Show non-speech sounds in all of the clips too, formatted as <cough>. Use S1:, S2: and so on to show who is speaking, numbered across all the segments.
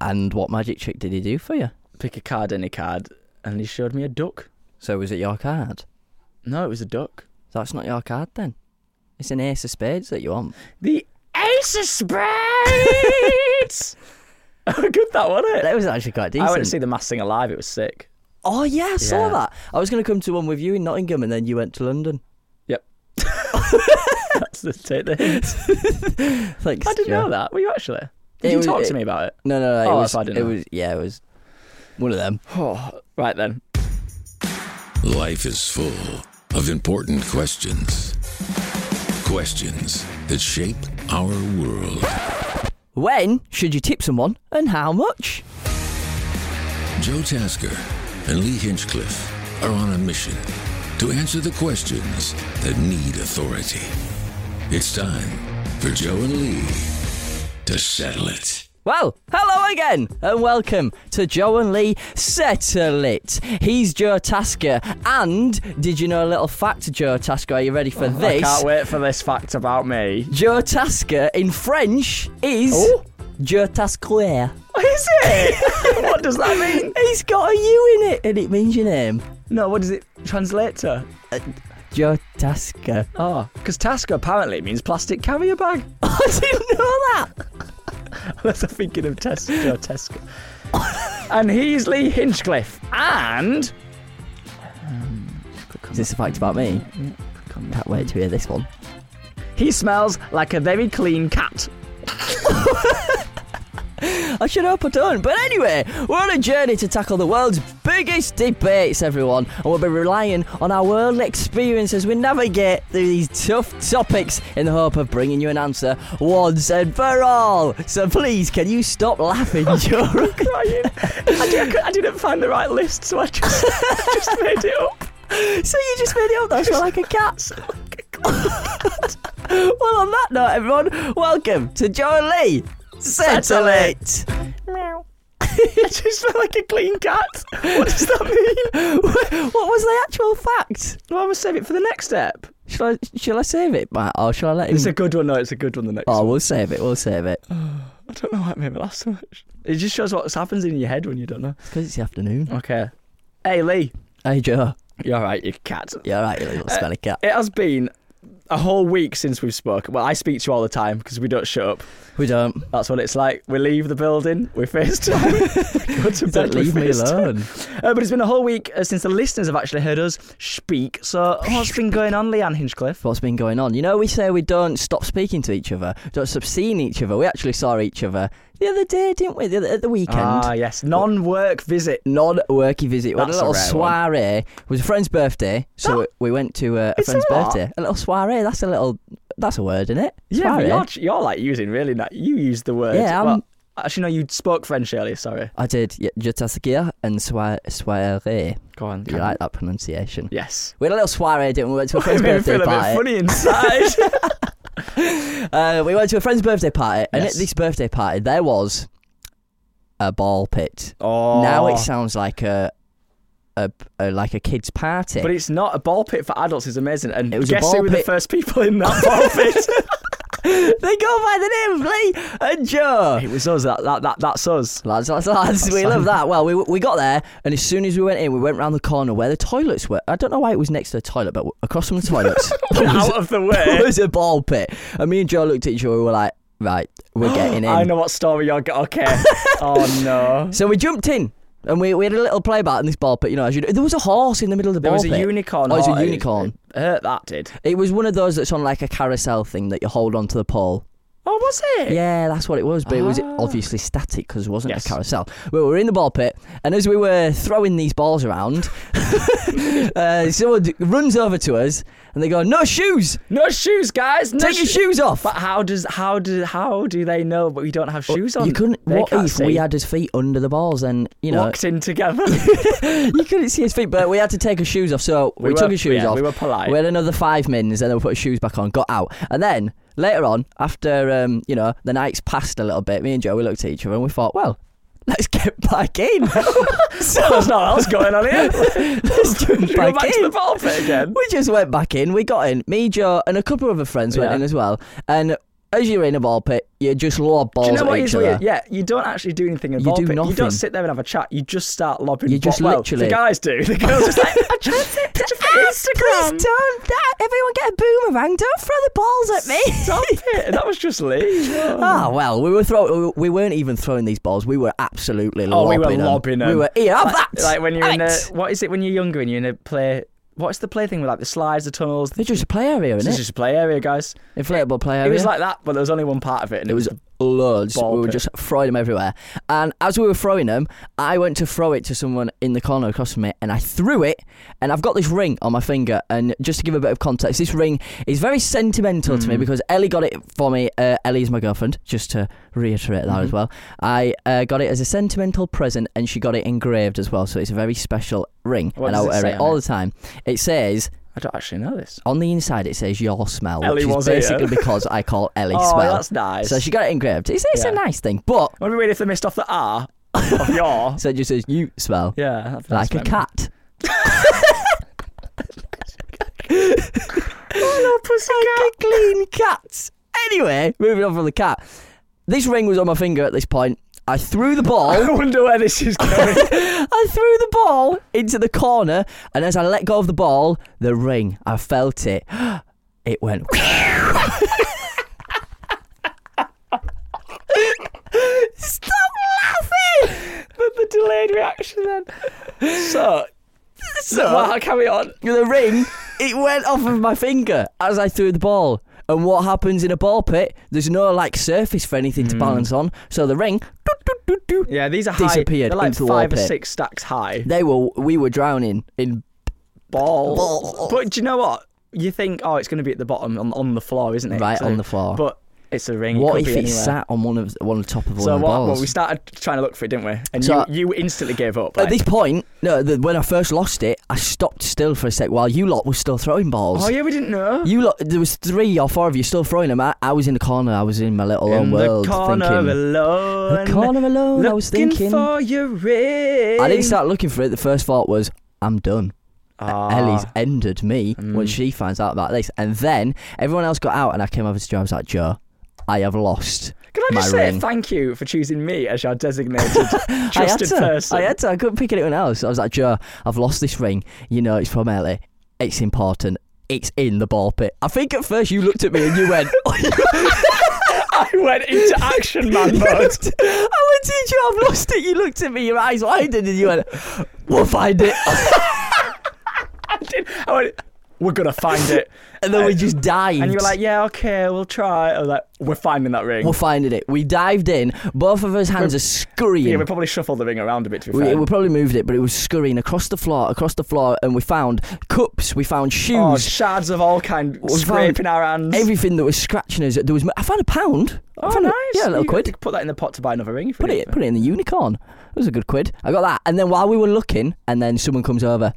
S1: And what magic trick did he do for you?
S2: Pick a card, any card, and he showed me a duck.
S1: So was it your card?
S2: No, it was a duck.
S1: That's not your card then. It's an ace of spades that you want.
S2: The Ace of <laughs> Spades! How good that was, it?
S1: That was actually quite decent.
S2: I went to see The Masked Singer live, it was sick.
S1: Oh yeah, I saw
S2: Yeah.
S1: that. I was going to come to one with you in Nottingham, and then you went to London. <laughs>
S2: Yep. <laughs> That's the take the hint.
S1: Thanks.
S2: I <laughs> didn't
S1: Joe.
S2: know that. Were you actually? Did
S1: It
S2: you
S1: was-
S2: talk
S1: it-
S2: to me about <sighs> it?
S1: No, no, no.
S2: Oh,
S1: it was.
S2: that's why I didn't
S1: it
S2: know.
S1: was. Yeah, it was one of them.
S2: Oh, Right then.
S3: Life is full of important questions. Questions that shape our world.
S1: When should you tip someone, and how much?
S3: Joe Tasker and Lee Hinchcliffe are on a mission to answer the questions that need authority. It's time for Joe and Lee to settle it.
S1: Well, hello again, and welcome to Joe and Lee Settle It. He's Joe Tasker, and did you know a little fact, Joe Tasker? Are you ready for
S2: I
S1: this?
S2: can't wait for this fact about me.
S1: Joe Tasker in French is
S2: Oh.
S1: Joe Tasquer.
S2: What <laughs> is it? <laughs> what does that mean?
S1: He's got a U in it, and it means your name,
S2: No, what does it translate to?
S1: Joe Tasker.
S2: Oh, because Tasca apparently means plastic carrier bag.
S1: <laughs> I didn't know that.
S2: <laughs> Unless I'm thinking of Tes- Joe Tesco. and he's Lee Hinchcliffe. And. um,
S1: Is this a fact about me? Can't wait to hear this one.
S2: He smells like a very clean <laughs> cat.
S1: I should hope I don't. But anyway, we're on a journey to tackle the world's biggest debates, everyone, and we'll be relying on our world experience as we navigate through these tough topics in the hope of bringing you an answer once and for all. So please, can you stop laughing, <laughs> Joe?
S2: Crying. I, di- I cou- I didn't find the right list, so I just, I just made it <laughs> up.
S1: so you just made it up, that's like a cat. <laughs> well, on that note, everyone, welcome to Joe and Lee. Settle it.
S2: Meow. <laughs> I just smell like a clean cat. What does that mean?
S1: what was the actual fact?
S2: <laughs> Well, I will save it for the next step.
S1: Shall I, shall I save it, Matt, or shall I let him?
S2: It's a good one, no, it's a good one, the next
S1: Oh,
S2: one.
S1: we'll save it. We'll save it
S2: I don't know why it made me laugh so much. It just shows what happens in your head when you don't know.
S1: because it's the afternoon.
S2: Okay. Hey, Lee.
S1: Hey Joe,
S2: You're right, you cat.
S1: you're right, you little smelly cat.
S2: It has been a whole week since we've spoken. Well, I speak to you all the time because we don't shut up.
S1: We <laughs> don't.
S2: That's what it's like. We leave the building, we FaceTime. <laughs> Go to
S1: Don't
S2: bed, we
S1: leave me
S2: FaceTime.
S1: alone.
S2: Uh, but it's been a whole week uh, since the listeners have actually heard us speak. So what's been going on, Leanne Hinchcliffe?
S1: What's been going on? You know, we say we don't stop speaking to each other, don't stop seeing each other. We actually saw each other the other day, didn't we? The other, at the weekend.
S2: Ah, yes, non-work visit.
S1: Non-worky visit. We had a
S2: That's a
S1: little
S2: rare one.
S1: soiree. It was a friend's birthday, so we- we went to uh, a
S2: It's a
S1: friend's
S2: what?
S1: birthday. A little soiree. That's a little. That's a word, isn't it?
S2: Yeah, but
S1: Soiree.
S2: you're, you're like using really. Not, you used the word.
S1: Yeah, I'm-
S2: well, actually, no, you spoke French earlier. Sorry.
S1: I did. Yeah, je t'asseoir and soir- soiree.
S2: Go on.
S1: You like that pronunciation? <laughs>
S2: Yes.
S1: We had a little soiree, didn't we? We went
S2: <laughs>
S1: to a
S2: It
S1: friend's
S2: made me
S1: birthday
S2: feel a bit
S1: party.
S2: funny inside.
S1: Uh, we went to a friend's birthday party, and at
S2: Yes.
S1: this birthday party, there was a ball pit. <laughs>
S2: oh.
S1: Now it sounds like a, a, a like a kids' party.
S2: But it's not a ball pit for adults. It's amazing. And
S1: It was a
S2: guess
S1: ball
S2: who were the
S1: pit-
S2: first people in that ball
S1: <laughs>
S2: pit?
S1: <laughs> they go by the name of Lee and Joe.
S2: it was us. That, that, that that's us.
S1: Lads, lads, lads, we love that. Well, we, we got there, and as soon as we went in, we went round the corner where the toilets were. I don't know why it was next to the toilet, but across from the
S2: <laughs>
S1: toilets, <laughs> there was-
S2: Out of the way.
S1: there <laughs> was a ball pit. And me and Joe looked at each other, we were like, right, we're getting
S2: <gasps>
S1: in.
S2: I know what story you're
S1: <laughs>
S2: getting. Okay. oh no.
S1: So we jumped in and we, we had a little play about in this ball pit. You know, as you do. there was a horse in the middle of the
S2: There
S1: ball
S2: was
S1: pit.
S2: a unicorn.
S1: Oh, it was
S2: horse.
S1: a unicorn.
S2: It hurt that did.
S1: It was one of those that's on like a carousel thing that you hold onto the pole.
S2: Oh, was it?
S1: Yeah, that's what it was, but it was
S2: Ah.
S1: obviously static because it wasn't
S2: Yes.
S1: a carousel. We were in the ball pit, and as we were throwing these balls
S2: <laughs>
S1: around, <laughs> uh, someone d- runs over to us and they go, "No shoes!
S2: No shoes, guys. No
S1: Take your
S2: sho-
S1: shoes off!"
S2: But how does how do how do they know? But we don't have shoes on.
S1: You couldn't.
S2: They
S1: What
S2: can't
S1: if
S2: see.
S1: we had his feet under the balls? And you know,
S2: locked in together?
S1: you couldn't see his feet, but we had to take his shoes off. So we,
S2: were-
S1: took his shoes
S2: yeah,
S1: off.
S2: <laughs> we were polite.
S1: We had another five mins, and then we put his shoes back on, got out, and then later on, after um, you know the night's passed a little bit, me and Joe we looked at each other and we thought, well, let's get back
S2: <laughs>
S1: in. so
S2: <laughs> There's not else going on
S1: <laughs>
S2: here.
S1: let's jump
S2: Should we go
S1: back,
S2: back to
S1: in.
S2: the ball pit again?
S1: We just went back in. We got in. Me, Joe, and a couple of other friends went
S2: Yeah.
S1: in as well, and. as you're in a ball pit, you just lob balls
S2: Do you know
S1: at
S2: what
S1: each
S2: is
S1: other.
S2: weird? Yeah, you don't actually do anything in
S1: You
S2: the ball
S1: do
S2: pit. You
S1: nothing.
S2: don't sit there and have a chat. You just start lobbing.
S1: You just
S2: ball- well,
S1: literally-
S2: the guys do. <laughs> The girls just like I
S1: <laughs>
S2: just it to Instagram.
S1: don't. everyone get a boomerang. Don't throw the balls at me.
S2: Stop it. That was just Lee.
S1: Ah well, we were throw- we weren't even throwing these balls. We were absolutely
S2: Oh, we
S1: lobbing
S2: were
S1: them.
S2: lobbing them.
S1: We were here. Have that.
S2: Like when you're in a
S1: Right.
S2: what is it when you're younger and you're in a play? What's the play thing with like the slides, the tunnels?
S1: They're just a play area,
S2: This
S1: isn't
S2: is
S1: it?
S2: just a play area, guys.
S1: Inflatable play area.
S2: It was like that, but there was only one part of it, and
S1: It was loads.
S2: Ball
S1: we were
S2: pit.
S1: just throwing them everywhere. And as we were throwing them, I went to throw it to someone in the corner across from me, and I threw it. And I've got this ring on my finger. And just to give a bit of context, this ring is very sentimental
S2: Hmm.
S1: to me because Ellie got it for me. Uh, Ellie is my girlfriend, just to reiterate that as
S2: Hmm.
S1: well. I uh, got it as a sentimental present, and she got it engraved as well. So it's a very special ring,
S2: What
S1: and I
S2: does it
S1: wear
S2: say
S1: it
S2: on
S1: all
S2: it?
S1: the time. It says
S2: I don't actually know this.
S1: on the inside, it says your smell,
S2: Ellie
S1: which is
S2: was here. <laughs>
S1: basically because I call Ellie
S2: Oh,
S1: smell.
S2: that's nice.
S1: So she got it engraved. It's, it's a
S2: Yeah.
S1: nice thing, but
S2: Would be weird if they missed off the R
S1: <laughs>
S2: of your.
S1: so it just says you smell
S2: Yeah, that'd be
S1: like
S2: nice,
S1: a
S2: man.
S1: cat.
S2: Oh,
S1: Like a clean cat. Anyway, moving on from the cat. This ring was on my finger at this point. I threw the ball.
S2: <laughs> I wonder where this
S1: <laughs>
S2: is going.
S1: I threw the ball into the corner, and as I let go of the ball, the ring, I felt it. <gasps> It went. <laughs> Stop
S2: <laughs>
S1: laughing!
S2: But the delayed reaction then. So,
S1: So,
S2: wow, carry on.
S1: the ring, it went off of my finger as I threw the ball. And what happens in a ball pit? There's no like surface for anything to balance on. So the ring, doot, doot, doot, doot.
S2: Hmm. Yeah, these are
S1: Disappeared
S2: high. They're like
S1: into the
S2: five
S1: wall
S2: or
S1: pit.
S2: six stacks high.
S1: they were we were drowning in.
S2: Balls.
S1: Balls.
S2: But do you know what? You think, oh, it's going to be at the bottom on, on the floor, isn't it?
S1: Right, on the floor.
S2: But it's a ring.
S1: What
S2: it
S1: if
S2: could
S1: it
S2: be anywhere.
S1: sat on one of one of the top of one
S2: So
S1: of the
S2: what?
S1: balls?
S2: Well, we started trying to look for it, didn't we? And
S1: So-
S2: you, you instantly gave up.
S1: At
S2: Like,
S1: this point, no, the, when I first lost it, I stopped still for a sec while you lot were still throwing balls.
S2: oh yeah, we didn't know.
S1: You lot, there was three or four of you still throwing them. I, I was in the corner. I was in my little own
S2: in the
S1: world,
S2: corner
S1: thinking.
S2: alone.
S1: the corner alone.
S2: Looking
S1: I was thinking.
S2: for your ring.
S1: I didn't start looking for it. The first thought was, I'm done.
S2: Ah. Mm.
S1: Ellie's ended me when she finds out about this. And then everyone else got out, and I came over to Joe. I was like, Joe, I have lost.
S2: Can I just
S1: my
S2: say
S1: ring.
S2: thank you for choosing me as
S1: <laughs>
S2: your designated
S1: I had
S2: trusted
S1: to.
S2: person?
S1: I had to. I couldn't pick anyone else. I was like, Joe, I've lost this ring. You know, it's from Ellie. It's important. It's in the ball pit. I think at first you looked at me and you went,
S2: <laughs>
S1: <laughs>
S2: I went into action
S1: <laughs>
S2: man
S1: I
S2: mode.
S1: went to you, I've lost it. You looked at me, your eyes widened, and you went, We'll find it. <laughs>
S2: I did. I went, we're gonna find it.
S1: And then we just dived.
S2: And you were like, yeah, okay, we'll try. I was like, we're finding that ring.
S1: We're finding it. We dived in. Both of us hands are scurrying.
S2: yeah, we probably shuffled the ring around a bit to be
S1: We,
S2: fair.
S1: we probably moved it, but it was scurrying across the floor, across the floor, and we found cups, we found shoes,
S2: oh, shards of all kind
S1: found
S2: scraping our hands.
S1: everything that was scratching us. There was, I found a pound. I
S2: oh,
S1: found a-
S2: nice.
S1: yeah, a little
S2: You
S1: quid.
S2: could Put that in the pot to buy another ring. If
S1: Put
S2: we
S1: it,
S2: need.
S1: put it in the unicorn. It was a good quid. I got that. And then while we were looking, and then someone comes over.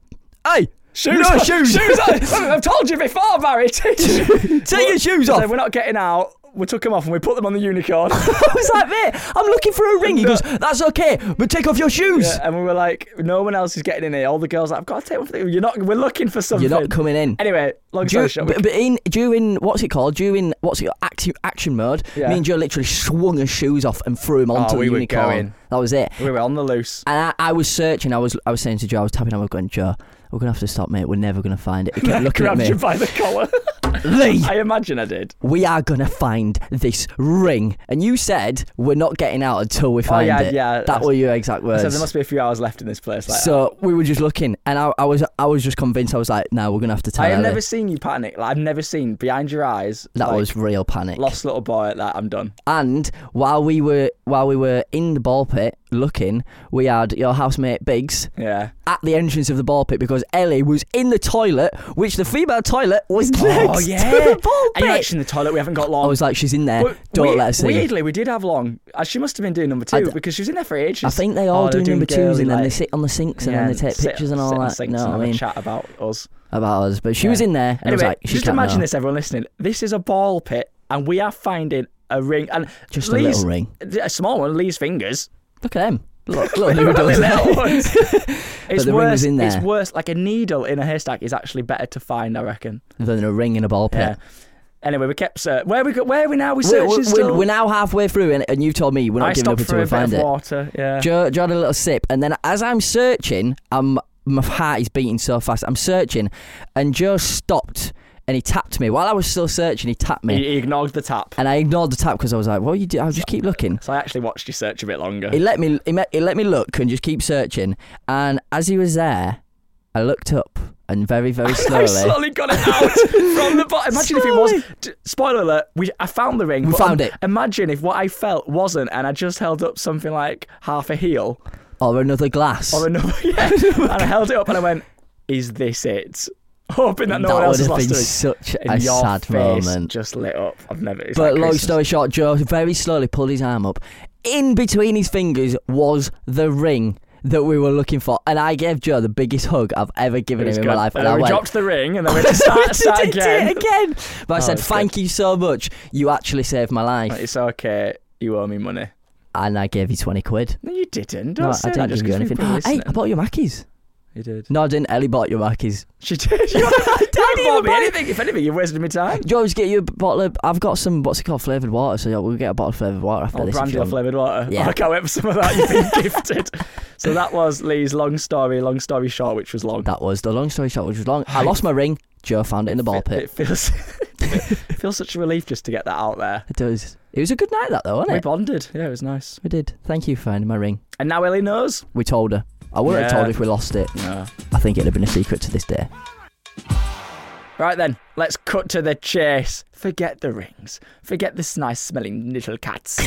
S1: Hey,
S2: Shoes
S1: you got
S2: on,
S1: shoes.
S2: shoes on. <laughs> I've told you before, Barry. <laughs> Take your shoes,
S1: <laughs> Take your shoes off. <laughs>
S2: We're not getting out. We took them off and we put them on the unicorn. <laughs>
S1: I was like, mate, I'm looking for a ring. He
S2: No.
S1: goes, that's okay, but take off your shoes.
S2: Yeah, <laughs> and we were like, no one else is getting in here. All the girls, like, I've got to take one for the. You're not. We're looking for something.
S1: You're not coming in.
S2: Anyway, long
S1: Dur-
S2: story short, we-
S1: but, but in during what's it called? During what's it called? Action, action mode.
S2: Yeah. Oh,
S1: Me and Joe literally swung his shoes off and threw him onto
S2: we
S1: the
S2: were
S1: unicorn.
S2: going.
S1: That was it.
S2: we were on
S1: <laughs>
S2: the loose.
S1: And I, I was searching. I was I was saying to Joe, I was tapping. I was going, Joe, we're gonna have to stop, mate. We're never gonna find it. He
S2: <laughs>
S1: kept looking at
S2: Grabbed
S1: me.
S2: you by the collar.
S1: <laughs> Lee,
S2: I imagine I did.
S1: we are gonna find this ring. And you said we're not getting out until we find
S2: Oh, yeah,
S1: it.
S2: yeah.
S1: That were your exact words.
S2: So there must be a few hours left in this place. Like,
S1: So we were just looking, and I, I was I was just convinced. I was like, no, we're gonna have to tell.
S2: I have
S1: Ellie."
S2: never seen you panic. Like, I've never seen behind your eyes.
S1: That
S2: like,
S1: was real panic.
S2: lost little boy. Like I'm done.
S1: And while we were while we were in the ball pit looking, we had your housemate Biggs
S2: Yeah.
S1: at the entrance of the ball pit because Ellie was in the toilet, which the female toilet was next to the ball
S2: Are Oh, you
S1: pit.
S2: actually in the toilet? We haven't got long.
S1: I was like, she's in there.
S2: We-
S1: Don't
S2: we-
S1: let her see.
S2: Weirdly, we did have long. Uh, She must have been doing number two
S1: I d-
S2: because she was in there for ages.
S1: I think they all
S2: Oh,
S1: do
S2: they're doing
S1: number twos
S2: girly,
S1: and then they
S2: like-
S1: sit on the sinks and
S2: Yeah,
S1: then they take
S2: sit-
S1: pictures and
S2: sit
S1: all
S2: on
S1: that.
S2: sinks
S1: No,
S2: and
S1: I
S2: have a
S1: mean
S2: chat about us.
S1: about us, but she was in there and I was
S2: Anyway,
S1: like, she
S2: just
S1: can't
S2: imagine
S1: know.
S2: this, everyone listening. This is a ball pit, and we are finding a ring, and
S1: Just a
S2: Lee's,
S1: little ring.
S2: a small one.
S1: <laughs>
S2: Lee's fingers.
S1: Look at them. Look, look who
S2: Really
S1: does
S2: little
S1: that.
S2: ones. it's
S1: the ring
S2: worse.
S1: was in
S2: It's
S1: there.
S2: worse. Like a needle in a haystack is actually better to find, I reckon.
S1: Than a ring in a ball pit.
S2: Yeah. Anyway, we kept ser- where we go- where are we now we
S1: We're,
S2: searching
S1: we're-
S2: still.
S1: we're now halfway through, and, and you told me we're not
S2: I
S1: giving up
S2: stopped
S1: until
S2: for
S1: we
S2: a bit
S1: find
S2: of
S1: it.
S2: water. Yeah.
S1: Jo- John, a little sip, and then as I'm searching, I'm, my heart is beating so fast. I'm searching, and Joe stopped and he tapped me while I was still searching. He tapped me,
S2: He, he ignored the tap.
S1: and I ignored the tap because I was like, "What are you do? I'll just keep looking."
S2: So I actually watched you search a bit longer.
S1: He let me, he, me- he let me look and just keep searching. And as he was there, I looked up and very, very
S2: <laughs> I
S1: slowly.
S2: slowly got
S1: <laughs>
S2: it out from the bottom. Imagine if it
S1: Slowly.
S2: was. d- Spoiler alert, we, I found the ring.
S1: We
S2: but
S1: found
S2: im-
S1: it.
S2: Imagine if what I felt wasn't, and I just held up something like half a heel
S1: or another glass.
S2: or another. <laughs>
S1: <laughs>
S2: Yeah, and I held it up and I went, Is this it? Hoping that no one
S1: that would
S2: else has
S1: have
S2: lost
S1: been
S2: it.
S1: such
S2: And
S1: a
S2: your
S1: sad
S2: face
S1: moment.
S2: just lit up. I've never. It's
S1: But
S2: like
S1: long
S2: Christmas.
S1: story short, Joe very slowly pulled his arm up. In between his fingers was the ring that we were looking for, and I gave Joe the biggest hug I've ever
S2: It
S1: given
S2: was
S1: him in my
S2: good.
S1: life.
S2: And
S1: And I
S2: then we
S1: went,
S2: dropped <laughs> the
S1: <laughs>
S2: ring, and then we had to start, start
S1: "Did
S2: again.
S1: it again. But I
S2: Oh,
S1: said,
S2: it's
S1: "Thank you so much. You actually saved my life."
S2: It's okay. You owe me money.
S1: And I gave you twenty quid.
S2: No, you didn't. Don't
S1: No,
S2: say
S1: I
S2: that
S1: didn't
S2: just
S1: give you anything.
S2: 'cause people are
S1: Hey, I
S2: listening.
S1: bought your Mackies.
S2: you did.
S1: No, I didn't. Ellie bought your Mackies.
S2: <laughs> She did. You
S1: didn't
S2: bought
S1: even
S2: me
S1: buy-
S2: anything. If anything, you've wasted my time.
S1: Joe's get you a bottle of. I've got some. What's it called? Flavored water. So yeah, we'll get a bottle of flavored water after
S2: Oh,
S1: this. if
S2: brandy
S1: you
S2: or
S1: want.
S2: flavoured water.
S1: Yeah.
S2: I can't wait for some of that. You've
S1: <laughs>
S2: been gifted. So that was Lee's long story, long story short, which was long.
S1: That was the long story short, which was long. I lost my ring. Joe found it in the ball
S2: It-
S1: pit.
S2: It feels, <laughs> it feels such a relief just to get that out there.
S1: It does. It was a good night, that though, wasn't
S2: We
S1: it?
S2: bonded. Yeah, it was nice.
S1: We did. Thank you for finding my ring.
S2: And now Ellie knows.
S1: We told her. I wouldn't have
S2: Yeah.
S1: told her if we lost it.
S2: No.
S1: I think it'd have been a secret to this day.
S2: Right then, let's cut to the chase. Forget the rings. Forget this nice smelling
S1: <laughs>
S2: little cats.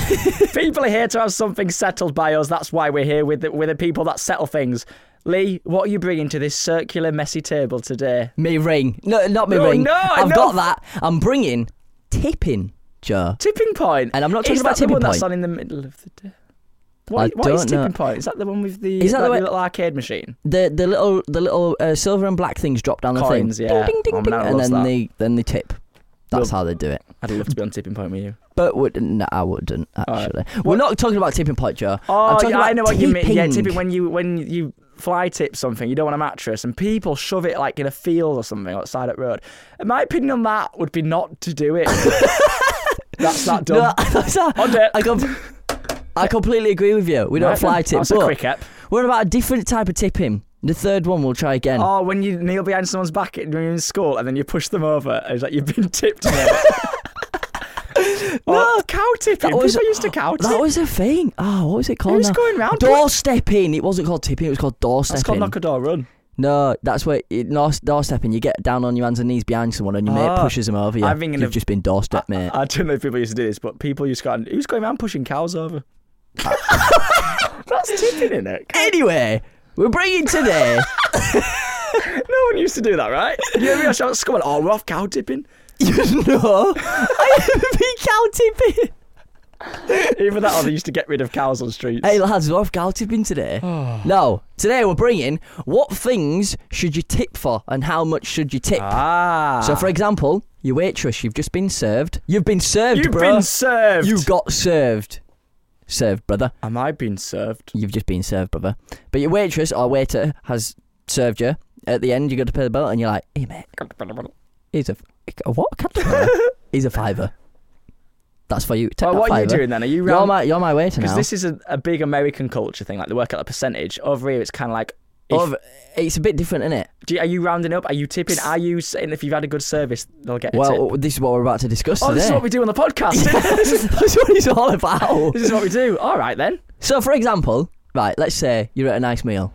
S2: people are here to have something settled by us. That's why we're here with the, with the people that settle things. Lee, what are you bringing to this circular, messy table today?
S1: Me ring. No, not me
S2: No,
S1: ring.
S2: no, I
S1: I've
S2: know.
S1: got that. I'm bringing tipping, Joe.
S2: Tipping Point.
S1: And I'm not talking
S2: is
S1: about
S2: that the
S1: tipping
S2: one that's
S1: point.
S2: on in the middle of the day?
S1: I
S2: What, what is
S1: don't know.
S2: Tipping Point? Is that the one with the,
S1: Is that the
S2: like
S1: way-
S2: little arcade machine?
S1: The the little the little uh, silver and black things drop down the
S2: Coins,
S1: thing.
S2: yeah.
S1: Ding ding
S2: Oh,
S1: ding
S2: my
S1: ding.
S2: nan
S1: And
S2: loves
S1: then
S2: that.
S1: they then they tip. That's
S2: Well-
S1: how they do it.
S2: I'd love to be on Tipping Point with you.
S1: But would no, I wouldn't
S2: right.
S1: actually. We're not talking about tipping point, Joe. I'm
S2: Oh,
S1: talking
S2: yeah,
S1: about
S2: I know what you mean. Yeah,
S1: tipping.
S2: tipping when you when you fly tip something, you don't want a mattress, and people shove it like in a field or something outside at road. And my opinion on that would be not
S1: <laughs>
S2: to do it. That's that done.
S1: No, that's not-
S2: On it.
S1: I, com- I completely agree with you. We don't
S2: Right
S1: fly
S2: then,
S1: tip.
S2: That's a
S1: but
S2: quick ep.
S1: What about a different type of tipping? The third one we'll try again.
S2: Oh, when you kneel behind someone's back when you're in school and then you push them over, and it's like you've been tipped. over.
S1: <laughs> No.
S2: Or cow tipping.
S1: That was-
S2: People used to cow tip.
S1: that was a thing. Oh, what was it called?
S2: Who's
S1: now?
S2: going round?
S1: Door stepping. It wasn't called tipping. It was called door stepping.
S2: That's called knock a door run.
S1: no, that's where it, no, door stepping. You get down on your hands and knees behind someone, and your mate
S2: Ah,
S1: pushes them over you.
S2: I'm thinking
S1: You've
S2: of-
S1: just been door step, mate.
S2: I don't know if people used to do this, but people used to go, who's going around pushing
S1: <laughs>
S2: cows over? That's tipping in it.
S1: anyway, we're bringing today. <laughs>
S2: No one used to do that, right? You ever shout at school, oh, we're off cow tipping?
S1: you
S2: <laughs>
S1: know, I haven't been cow tipping.
S2: Either that or they used to get rid of cows on streets.
S1: Hey lads, we're off cow tipping today.
S2: Oh.
S1: no, today we're bringing what things should you tip for, and how much should you tip?
S2: ah.
S1: So, for example, your waitress, you've just been served. You've been served,
S2: You've
S1: bro.
S2: been served.
S1: You got served. Served, brother.
S2: Am I being served?
S1: You've just been served, brother. But your waitress or waiter has served you. At the end, you go to pay the bill, and you're like, hey, mate, here's a. a what? Caterpillar?
S2: <laughs>
S1: here's a fiver. That's for you. Take
S2: Well,
S1: that
S2: what are you
S1: fiver.
S2: doing then? Are you
S1: You're
S2: round?
S1: my, you're my waiter
S2: Because
S1: now.
S2: this is a, a big American culture thing, like they work out a percentage. Over here, it's kind of like, if-
S1: Of- it's a bit different, isn't it?
S2: do you, are you rounding up? Are you tipping? Are you saying if you've had a good service, they'll get a tip?
S1: Well, this is what we're about to discuss
S2: Oh,
S1: today.
S2: this is what we do on
S1: <laughs>
S2: the podcast.
S1: this
S2: <laughs>
S1: is what it's all about.
S2: This is what we do. All right then.
S1: So, for example, right, let's say you're at a nice meal.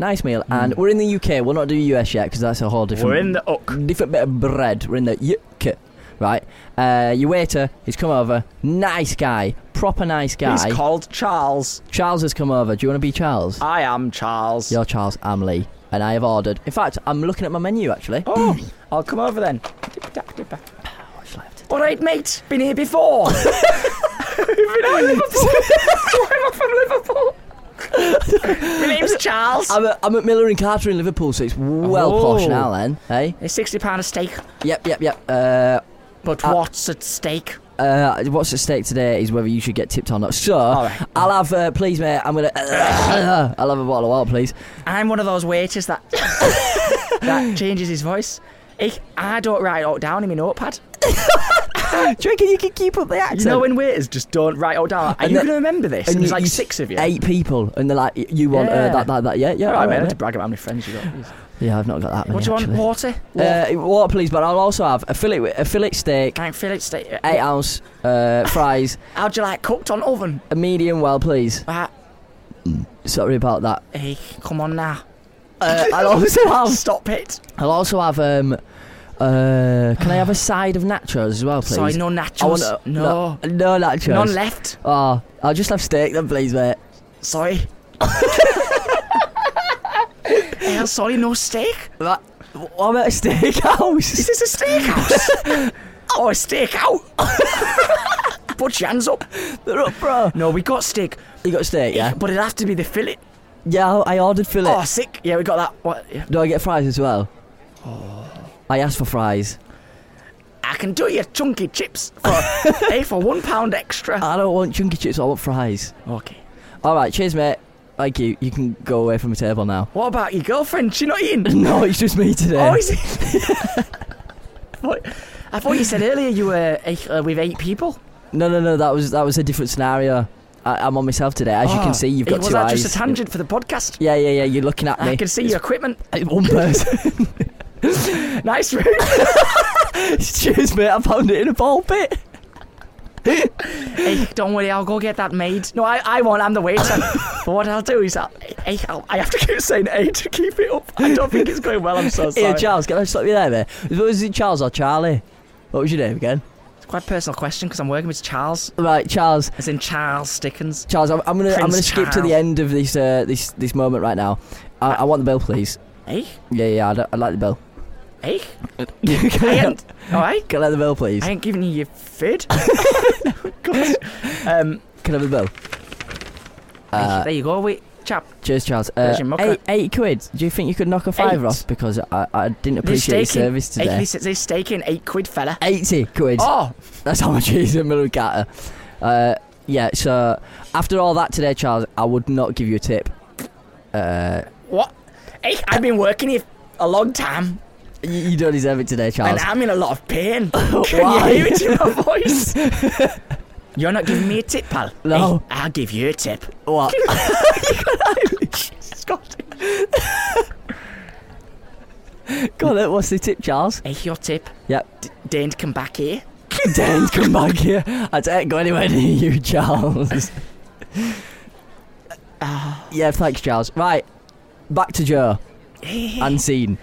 S1: Nice meal, and we're in the UK. We're not doing US yet because that's a whole different.
S2: Hmm. We're in the uck.
S1: different bit of bread. We're in the UK, right? Uh, your waiter, he's come over. Nice guy, proper nice guy.
S2: He's called Charles.
S1: Charles has come over. Do you want to be Charles?
S2: I am Charles.
S1: You're Charles. I'm Lee, and I have ordered. In fact, I'm looking at my menu actually. <laughs>
S2: Oh, I'll come over then.
S1: Oh, What's left?
S2: All right, mate. Been here
S1: <laughs>
S2: before. We've been out in Liverpool. I'm from Liverpool. My name's Charles.
S1: I'm at, I'm at Miller and Carter in Liverpool, so it's well
S2: Oh.
S1: posh now then. Hey,
S2: It's sixty pound a steak.
S1: yep, yep, yep. Uh,
S2: But
S1: Uh,
S2: what's at stake?
S1: uh, what's at stake today is whether you should get tipped or not. So
S2: right.
S1: I'll have, uh, please, mate. I'm gonna. <coughs> I'll have a bottle of water, please.
S2: I'm one of those waiters that <laughs> that changes his voice. I, I don't write it all down in my notepad.
S1: Do you reckon you can keep up the accent?
S2: You know when waiters just don't write oh down. Are
S1: And
S2: you
S1: the-
S2: going to remember this? And,
S1: you-
S2: there's like
S1: you-
S2: six of you.
S1: Eight people, and they're like, "Y- you want uh,
S2: Yeah.
S1: that, that, that, yeah, yeah.
S2: All right,
S1: all
S2: mate, I
S1: right,
S2: had to brag about how many friends you got. Jeez.
S1: mate. Yeah, I've not got that many.
S2: What do you want?
S1: actually.
S2: Water? Water.
S1: Uh, water, please. But I'll also have a fillet, wi- a fillet steak,
S2: Can I feel it? Stay.
S1: eight ounce uh, fries,
S2: How'd you like cooked on oven?
S1: a medium well, please.
S2: Ah,
S1: Sorry about that.
S2: hey, come on now.
S1: Uh,
S2: <laughs>
S1: I'll also have.
S2: Stop it.
S1: I'll also have. Um, uh, can I have a side of nachos as well, please?
S2: Sorry, no
S1: I
S2: nachos.
S1: want a-
S2: no.
S1: no, no nachos.
S2: None left.
S1: oh, I'll just have steak then, please, mate.
S2: Sorry. <laughs> Hell, sorry, no steak?
S1: That, I'm at a <laughs>
S2: Is
S1: steakhouse.
S2: this a steakhouse? <laughs> oh, a steakout. <laughs> Put your hands up.
S1: They're up, bro.
S2: No, we got steak,
S1: You got steak, yeah?
S2: but it'd have to be the fillet.
S1: Yeah, I I ordered fillet.
S2: Oh, sick. Yeah, we got that. What? Yeah.
S1: Do I get fries as well?
S2: Oh.
S1: I asked for fries.
S2: I can do your chunky chips for, <laughs> hey, for one pound extra.
S1: I don't want chunky chips, I want fries.
S2: Okay.
S1: All right, cheers, mate. Thank you. You can go away from the table now. <laughs>
S2: What about your girlfriend? She not eating?
S1: No, it's just me today.
S2: Oh, is it? <laughs> What- I thought you said earlier you were eight, uh, with eight people.
S1: No, no, no. That was that was a different scenario. I, I'm on myself today, as you
S2: Oh,
S1: can see. You've
S2: it-
S1: got
S2: was
S1: two
S2: that
S1: eyes.
S2: just a tangent for the podcast?
S1: Yeah, yeah, yeah. You're looking at me.
S2: I can see your equipment. <laughs>
S1: <laughs> One person.
S2: Nice
S1: <laughs>
S2: room.
S1: cheers, mate. I found it in a ball pit.
S2: hey, don't worry, I'll go get that made. No, I, I won't. I'm
S1: <laughs>
S2: the waiter. but what I'll do is I'll, hey, I'll, I have to keep saying hey to keep it up. I don't think it's going well.
S1: <laughs>
S2: I'm so sorry.
S1: Here, Charles. Can I stop you there, mate? Was it Charles or Charlie? What was your name again?
S2: it's quite a personal question because I'm working with Charles,
S1: Right, Charles.
S2: as in Charles Dickens.
S1: Charles, I'm, I'm gonna I'm
S2: Prince
S1: gonna skip to the
S2: Charles.
S1: end of this uh, this this moment right now. I, I want the bill, please.
S2: Hey,
S1: Yeah, yeah, I'd, I'd like the bill. <laughs>
S2: hey,
S1: can,
S2: I
S1: I
S2: ain't. All
S1: <laughs>
S2: right.
S1: can I have the bill, please?
S2: I ain't giving you your food.
S1: Uh,
S2: God. Um,
S1: Can I have the bill? Uh,
S2: there you go, wait, chap.
S1: cheers, Charles. Uh,
S2: There's your mucker.
S1: eight, eight quid. Do you think you could knock a fiver
S2: Eight.
S1: off because I, I didn't
S2: They're
S1: appreciate your
S2: staking-
S1: service
S2: Eight,
S1: today?
S2: this is- they're staking eight quid, fella.
S1: Eighty quid.
S2: Oh,
S1: That's how much it is in Miller Carter. Uh, yeah. So after all that today, Charles, I would not give you a tip. Uh,
S2: what? Hey, I've been working here a long time,
S1: you, you don't deserve it today, Charles.
S2: and I'm in a lot of <laughs> pain. Can
S1: Why?
S2: you hear it in <laughs> my voice? You're not giving me a tip, pal.
S1: No.
S2: Hey, I'll give you a tip. <laughs>
S1: What?
S2: Scott.
S1: Go on, then, what's the tip, Charles?
S2: Hey, your tip.
S1: Yep. <laughs>
S2: D- Dane, come back here.
S1: Dan's come back here. I don't go anywhere <laughs> near you,
S2: <laughs>
S1: Charles.
S2: Uh,
S1: yeah, thanks, Charles. Right, back to Joe.
S2: Hey,
S1: Unseen.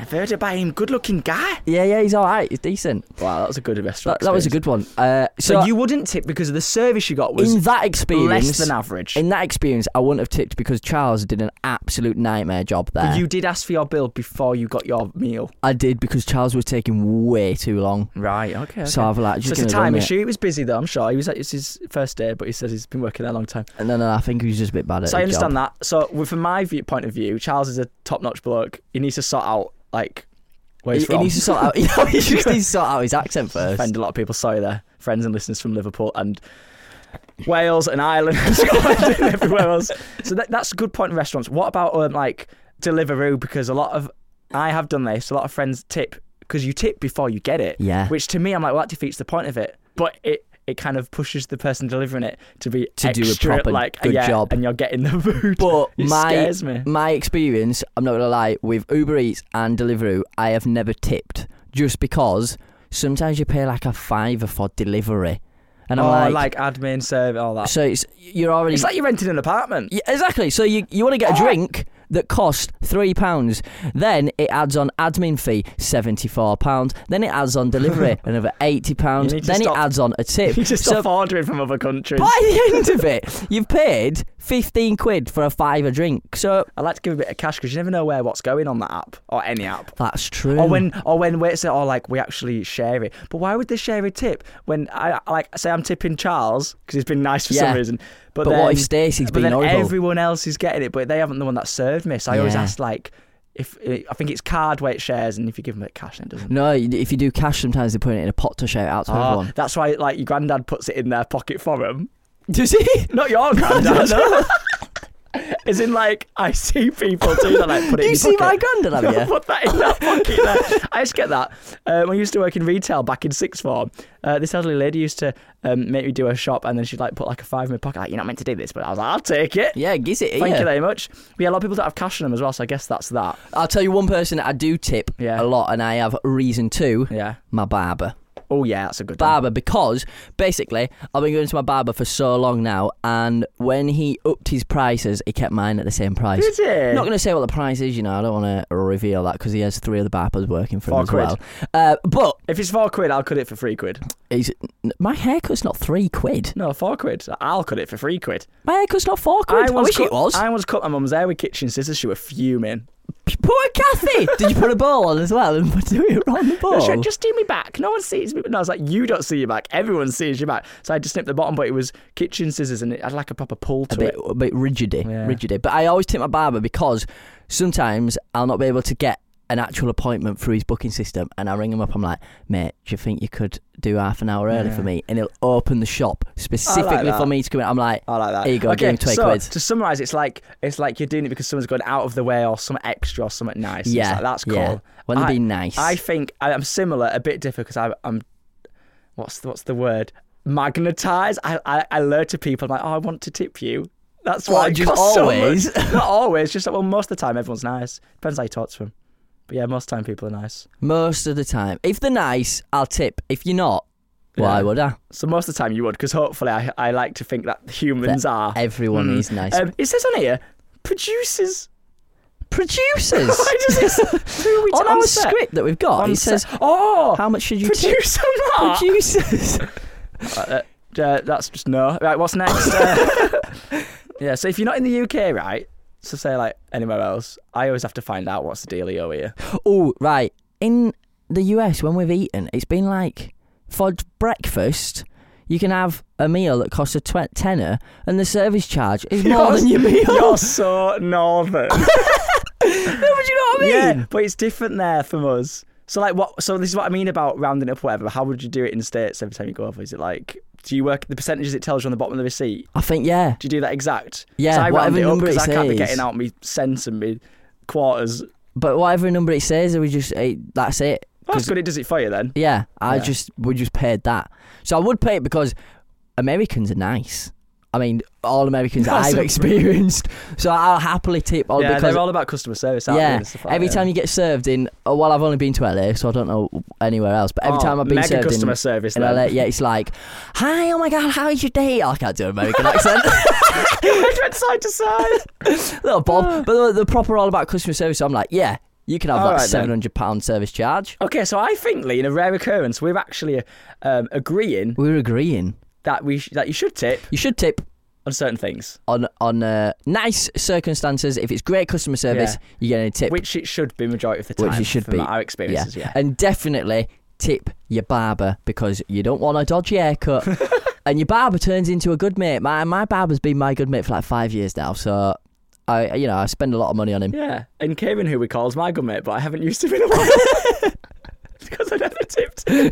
S2: I've heard about him. Good-looking guy.
S1: Yeah, yeah, he's all right. He's decent.
S2: Wow, that was a good restaurant.
S1: That, that was a good one. Uh, so,
S2: So you wouldn't tip because of the service you got was
S1: in that experience,
S2: less than average.
S1: in that experience, I wouldn't have tipped because Charles did an absolute nightmare job there.
S2: But you did ask for your bill before you got your meal.
S1: I did because Charles was taking way too long.
S2: Right, okay.
S1: So I've like
S2: So
S1: just
S2: it's a
S1: gonna run
S2: time
S1: it.
S2: issue. He was busy though, I'm sure. He was it's his first day, but he says he's been working there a long time.
S1: No, no, I think he was just a bit bad at.
S2: So I
S1: the
S2: understand
S1: job.
S2: that. So with- from my view, point of view, Charles is a top notch bloke. He needs to sort out like where he's
S1: He, he
S2: from.
S1: needs to sort out. <laughs> he
S2: <laughs>
S1: just needs to sort out his accent first.
S2: offend a lot of people. Sorry, there, friends and listeners from Liverpool and Wales and Ireland, and <laughs> Scotland and everywhere else. So that, that's a good point in restaurants. What about um, like Deliveroo? Because a lot of I have done this. A lot of friends tip because you tip before you get it.
S1: Yeah.
S2: Which to me, I'm like, well, that defeats the point of it. But it. It kind of pushes the person delivering it to be
S1: To do a
S2: extra,
S1: proper
S2: like,
S1: good
S2: yeah,
S1: job.
S2: and you're getting the food.
S1: But
S2: <laughs> it
S1: my
S2: scares me.
S1: my experience, I'm not gonna lie, with Uber Eats and Deliveroo, I have never tipped just because sometimes you pay like a fiver for delivery, and I'm
S2: oh,
S1: like,
S2: like, admin serve, all that.
S1: so it's you're already
S2: It's like Ah! you rented an apartment.
S1: Yeah, exactly. So you you want to get a drink that costs three pounds, then it adds on admin fee seventy four pounds, then it adds on
S2: <laughs>
S1: delivery another eighty pounds,
S2: You need to
S1: then
S2: stop-
S1: it adds on a tip.
S2: <laughs> You just
S1: so
S2: stop ordering from other
S1: <laughs>
S2: countries.
S1: by the end of it, you've paid fifteen quid for a fiver drink. So
S2: I like to give a bit of cash because you never know where what's going on that app or any app.
S1: that's true.
S2: Or Oh, when, or when waiters are like, we actually share it. But why would they share a tip when I like say I'm tipping Charles because he's been nice for
S1: Yeah.
S2: some reason. But,
S1: But
S2: then,
S1: what if Stacey's
S2: but
S1: been
S2: then
S1: horrible?
S2: Everyone else is getting it, but they haven't the one that served me. So I always
S1: Yeah.
S2: ask like, if eh, I think it's card where it shares, and if you give them a bit of cash, then it doesn't.
S1: No, you- if you do cash, sometimes they put it in a pot to shout out to
S2: Ah,
S1: everyone. <laughs>
S2: that's why like your granddad puts it in their pocket for him.
S1: <laughs> Does he?
S2: <laughs> Not your granddad. no. Is in like I see people do that. Like put it.
S1: You
S2: in your
S1: see my
S2: pocket.
S1: granddad,
S2: <laughs>
S1: have you?
S2: Put that in that pocket there. I used to get that. Uh, when I used to work in retail back in sixth form, uh, this elderly lady used to um, make me do her shop, and then she'd like put like a five in my pocket. Like you're not meant to do this, but I was like, I'll take it.
S1: Yeah, giz it.
S2: Thank
S1: yeah.
S2: you very much. But yeah, a lot of people don't have cash in them as well, so I guess that's that.
S1: I'll tell you one person that I do tip
S2: Yeah.
S1: a lot, and I have reason to.
S2: Yeah.
S1: My barber.
S2: Oh yeah, that's a good one.
S1: barber because basically I've been going to my barber for so long now, and when he upped his prices, he kept mine at the same price.
S2: Did he?
S1: Not going to say what the price is, you know. I don't want to reveal that because he has three other barbers working for
S2: Four
S1: him as
S2: quid.
S1: well. Uh, but
S2: If it's four quid, I'll cut it for three quid.
S1: he's, my haircut's not three quid.
S2: No, four quid. I'll cut it for three quid.
S1: My haircut's not four quid. I,
S2: once
S1: wish
S2: cut,
S1: it was.
S2: I once cut my mum's hair with kitchen scissors. She was fuming.
S1: Poor Kathy. Did you put a ball on as well and <laughs> do it around the
S2: No,
S1: ball?
S2: she went, just do me back. No one sees me. No, I was like, you don't see your back. Everyone sees your back. So I just snipped the bottom, but it was kitchen scissors, and it had like a proper pull to
S1: a bit,
S2: it.
S1: a bit rigidy,
S2: Yeah.
S1: rigidy. But I always tip my barber because sometimes I'll not be able to get an actual appointment through his booking system, and I ring him up. I'm like, mate, do you think you could do half an hour early for
S2: Yeah.
S1: me? And he'll open the shop specifically for
S2: that.
S1: me to come in. I'm like,
S2: I like that.
S1: Here you go,
S2: okay,
S1: give him 20
S2: so
S1: quid.
S2: to summarise, it's like it's like you're doing it because someone's gone out of the way or something extra or something nice. It's
S1: yeah,
S2: like, that's cool.
S1: yeah. Wouldn't
S2: I-
S1: it be nice?
S2: I think I- I'm similar, a bit different because I- I'm. What's the, what's the word? Magnetize. I, I I lure to people. I'm like, oh, I want to tip you. That's why
S1: What,
S2: it
S1: just
S2: costs so much.
S1: always?
S2: <laughs> Not always. Just like, well, most of the time everyone's nice. Depends how you talk to them. But yeah, most of the time people are nice.
S1: Most of the time, if they're nice, I'll tip. If you're not, why
S2: Yeah.
S1: would I?
S2: So most of the time you would, because hopefully I, I like to think that humans are.
S1: Everyone
S2: Mm.
S1: is nice.
S2: Um, it says on here, producers. <laughs>
S1: Producers
S2: Why does
S1: <laughs>
S2: it? say- Who are we
S1: on
S2: on
S1: our
S2: set?
S1: script that we've got,
S2: On
S1: it says,
S2: set. "Oh,
S1: "How much should you tip?"
S2: producer Mark."
S1: Producers.
S2: <laughs> Uh, uh, that's just no. Right, what's next? Uh, <laughs> yeah, so if you're not in the UK, right? So say like anywhere else, I always have to find out what's the dealio here.
S1: Oh, right. In the US, when we've eaten, it's been like for breakfast, you can have a meal that costs a tw- tenner, and the service charge
S2: <laughs>
S1: is more than your meal. <laughs>
S2: You're so northern. <laughs>
S1: No, but you know what I mean?
S2: yeah, but it's different there from us. So like what? So this is what I mean about rounding up, or whatever. How would you do it in the states every time you go over? Is it like do you work the percentages it tells you on the bottom of the receipt?
S1: I think, yeah.
S2: Do you do that exact?
S1: Yeah,
S2: so I round
S1: whatever
S2: it up
S1: number it
S2: because I can't be
S1: says.
S2: getting out me cents and me quarters.
S1: But whatever number it says, we just, eh, that's it.
S2: That's
S1: 'Cause-
S2: good. It does it for you then.
S1: Yeah, I
S2: Yeah.
S1: just, we just paid that. So I would pay it because Americans are nice. I mean, all
S2: <laughs>
S1: Americans
S2: That's
S1: I've
S2: a-
S1: experienced. So I'll happily tip all
S2: yeah,
S1: because
S2: they're all about customer service. Aren't they,
S1: Yeah.
S2: and stuff like
S1: Every
S2: that.
S1: time you get served in, oh, well, I've only been to LA, so I don't know anywhere else. But every
S2: Oh,
S1: time I've been
S2: mega
S1: served
S2: customer
S1: in,
S2: service.
S1: in
S2: then.
S1: LA, yeah, it's like, hi, oh my god, how is your day? Oh, I can't do an American
S2: <laughs>
S1: accent, <laughs>
S2: I went side to side. <laughs>
S1: little Bob. But the, the proper all about customer service, so I'm like, yeah, you can have
S2: Ah. All
S1: that
S2: right then.
S1: seven hundred pound service charge.
S2: Okay, so I think, Lee, in a rare occurrence, we're actually um, agreeing
S1: We're agreeing.
S2: that we sh- that you should tip
S1: You should tip
S2: on certain things,
S1: on on uh, nice circumstances. If it's great customer service,
S2: Yeah.
S1: you get a tip,
S2: which it should be majority of the time.
S1: which you should
S2: from
S1: be.
S2: Our experiences, yeah.
S1: And definitely tip your barber because you don't want a dodgy
S2: <laughs>
S1: haircut. and your barber turns into a good mate. My my barber's been my good mate for like five years now, so I you know I spend a lot of money on him.
S2: Yeah, and Kevin, who we call, is my good mate, but I haven't used him in a while
S1: <laughs>
S2: <laughs> because I never tipped.
S1: You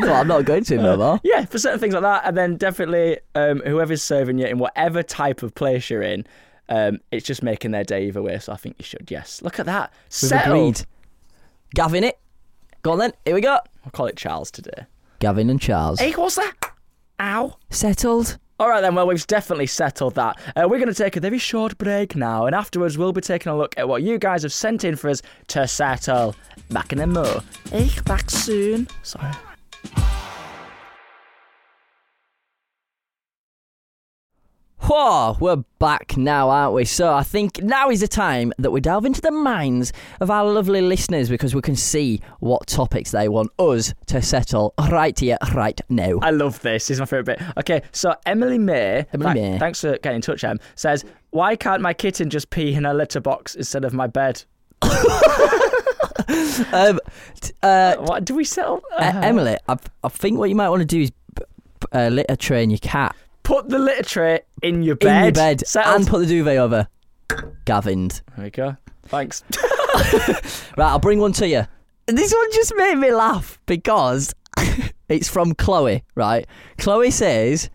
S1: know what, I'm not going to him
S2: <laughs>
S1: no more.
S2: Yeah, for certain things like that, and then definitely um, whoever's serving you in whatever type of place you're in, um, it's just making their day either way. So I think you should. Yes, look at that.
S1: We've
S2: Settled.
S1: agreed. Gavin, it. Go on then. Here we go.
S2: I'll call it Charles today.
S1: Gavin and Charles
S2: Hey, what's that? Ow.
S1: settled.
S2: All right, then. Well, we've definitely settled that. Uh, we're going to take a very short break now, and afterwards, we'll be taking a look at what you guys have sent in for us to settle. Back in a mo. Ich back soon. Sorry.
S1: Whoa, we're back now, aren't we? So I think now is the time that we delve into the minds of our lovely listeners because we can see what topics they want us to settle right here, right now.
S2: I love this. This is my favourite bit. Okay, so Emily May.
S1: Emily May.
S2: Thanks for getting in touch, Em. Says, why can't my kitten just pee in her litter box instead of my bed?
S1: Um, t- uh,
S2: What do we settle?
S1: E-
S2: Uh,
S1: Emily, I, I think what you might want to do is p- p- uh, litter train your cat
S2: put the litter tray in your
S1: in
S2: bed.
S1: your bed
S2: Settled.
S1: and put the duvet over. Gavined.
S2: there we go. Thanks. <laughs>
S1: Right, I'll bring one to you. This one just made me <laughs> laugh because it's from Chloe, right? Chloe says,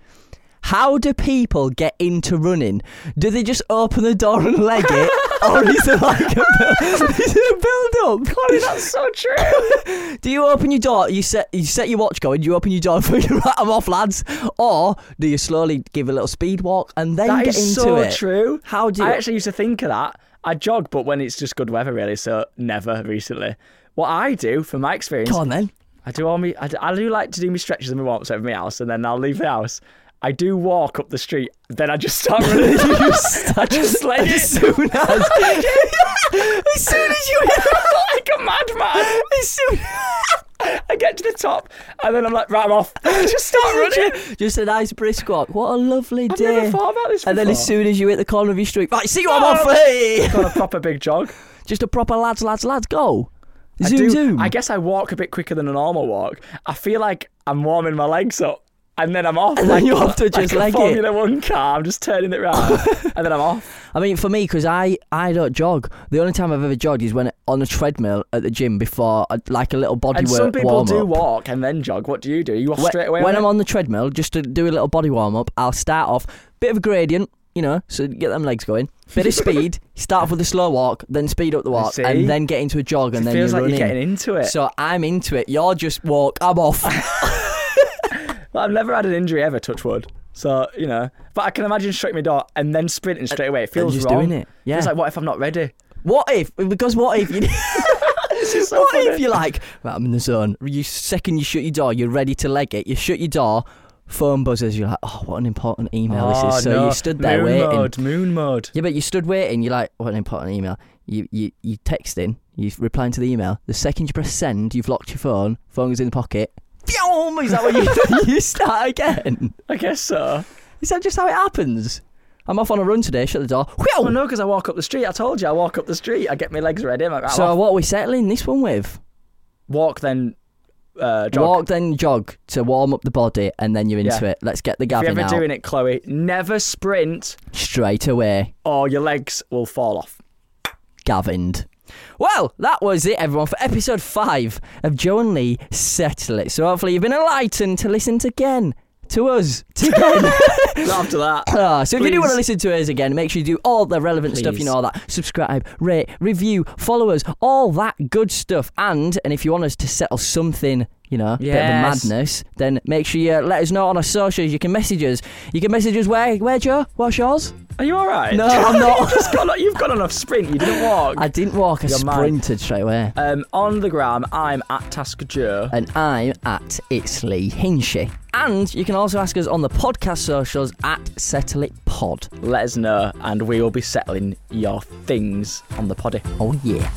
S1: How do people get into running? Do they just open the door and leg
S2: <laughs>
S1: it? or is it like a, build, is it a build up?
S2: Chloe, that's so true.
S1: Do you open your door? You set you set your watch going. You open your door for your right, I'm off, lads. Or do you slowly give a little speed walk and then
S2: That
S1: get
S2: is
S1: into
S2: so
S1: it?
S2: true.
S1: How do you?
S2: I actually used to think of that. I jog, but when it's just good weather, really. So never recently. What I do, from my experience,
S1: Come on then. <laughs>
S2: I do all me. I, d- I do like to do my stretches and my warm ups over my house, and then I'll leave the house. I do walk up the street, then I just start <laughs> running. I just leg
S1: As
S2: it
S1: soon as, <laughs> as soon as you
S2: <laughs> like a madman.
S1: as soon
S2: I get to the top, and then I'm like, right, I'm off. I just start running.
S1: <laughs> just a nice brisk walk. What a lovely
S2: I've
S1: day.
S2: never thought about this before.
S1: and then <laughs> as soon as you hit the corner of your street, right, see you, I'm
S2: Oh.
S1: off. Hey!
S2: got a proper big jog.
S1: <laughs> Just a proper lads, lads, lads, go. Zoom,
S2: I do.
S1: zoom.
S2: I guess I walk a bit quicker than a normal walk. I feel like I'm warming my legs up, and then I'm off.
S1: And then
S2: like,
S1: you have to
S2: <laughs> like
S1: just
S2: a
S1: leg it.
S2: Formula One car. I'm just turning it round, and then
S1: <laughs>
S2: I'm off.
S1: I mean, for me, because I, I don't jog. The only time I've ever jogged is when on a treadmill at the gym before, uh, like a little body
S2: And
S1: work
S2: some people
S1: warm
S2: do
S1: up.
S2: walk and then jog. What do you do? You off
S1: Wh-
S2: straight away.
S1: when
S2: with
S1: I'm
S2: it?
S1: on the treadmill, just to do a little body warm up, I'll start off bit of a gradient, you know, so get them legs going. Bit
S2: <laughs>
S1: of speed. start off with a slow walk, then speed up the walk,
S2: see.
S1: and then get into a jog, and
S2: it
S1: then
S2: feels
S1: you're
S2: like
S1: running.
S2: you're getting into it.
S1: so I'm into it. You're just walk. I'm
S2: <laughs>
S1: off.
S2: Well, I've never had an injury ever, touch wood. So you know, but I can imagine straight my door and then sprinting straight away. It feels
S1: just
S2: wrong.
S1: doing it. Yeah.
S2: It's like, what if I'm not ready?
S1: <laughs>
S2: <laughs>
S1: what if? Because what if you? <laughs>
S2: It's so
S1: what
S2: funny.
S1: if you're like, right, I'm in the zone. You second you shut your door, you're ready to leg it. You shut your door, phone buzzes. You're like, oh, what an important email this
S2: Oh,
S1: is. So
S2: no.
S1: you stood there
S2: moon
S1: waiting.
S2: Mode, moon mode.
S1: Yeah, but you stood waiting. You're like, what an important email. You you you texting. You replying to the email. The second you press send, you've locked your phone. Phone goes in the pocket. Boom! Is that
S2: <laughs>
S1: what <laughs> you you start again?
S2: I guess so.
S1: Is that just how it happens? I'm off on a run today. Shut the door.
S2: Oh
S1: Whew!
S2: no, because I walk up the street. I told you, I walk up the street. I get my legs ready. I'm like, right,
S1: So
S2: I'll
S1: what are we settling this one with?
S2: walk then. Uh, jog.
S1: Walk then jog to warm up the body, and then you're into
S2: Yeah.
S1: it. Let's get the
S2: if you're
S1: Gavin
S2: ever
S1: out
S2: doing it, Chloe, never sprint
S1: straight away.
S2: or your legs will fall off.
S1: Gavined. Well, that was it, everyone, for episode five of Joe and Lee Settle It. So hopefully you've been enlightened to listen to again. To us.
S2: <laughs>
S1: To again.
S2: Not after that.
S1: <coughs> Ah, so if you do
S2: Please.
S1: want to listen to us again, make sure you do all the relevant stuff, you
S2: Please.
S1: know, all that. Subscribe, rate, review, follow us, all that good stuff. And and if you want us to settle something, you know,
S2: Yes.
S1: bit of a madness, then make sure you let us know on our socials. You can message us. You can message us where, where Joe? What's yours?
S2: Are you all right? <laughs>
S1: No, I'm
S2: you've
S1: not.
S2: just gone. on- You've gone on a sprint. You didn't walk.
S1: I didn't walk, I
S2: You're mad.
S1: sprinted straight away.
S2: Um, on the gram, I'm at Tasker Joe.
S1: and I'm at It's Lee Hinchy. And you can also ask us on the podcast socials at Settle It Pod.
S2: Let us know, and we will be settling your things on the poddy.
S1: Oh, yeah.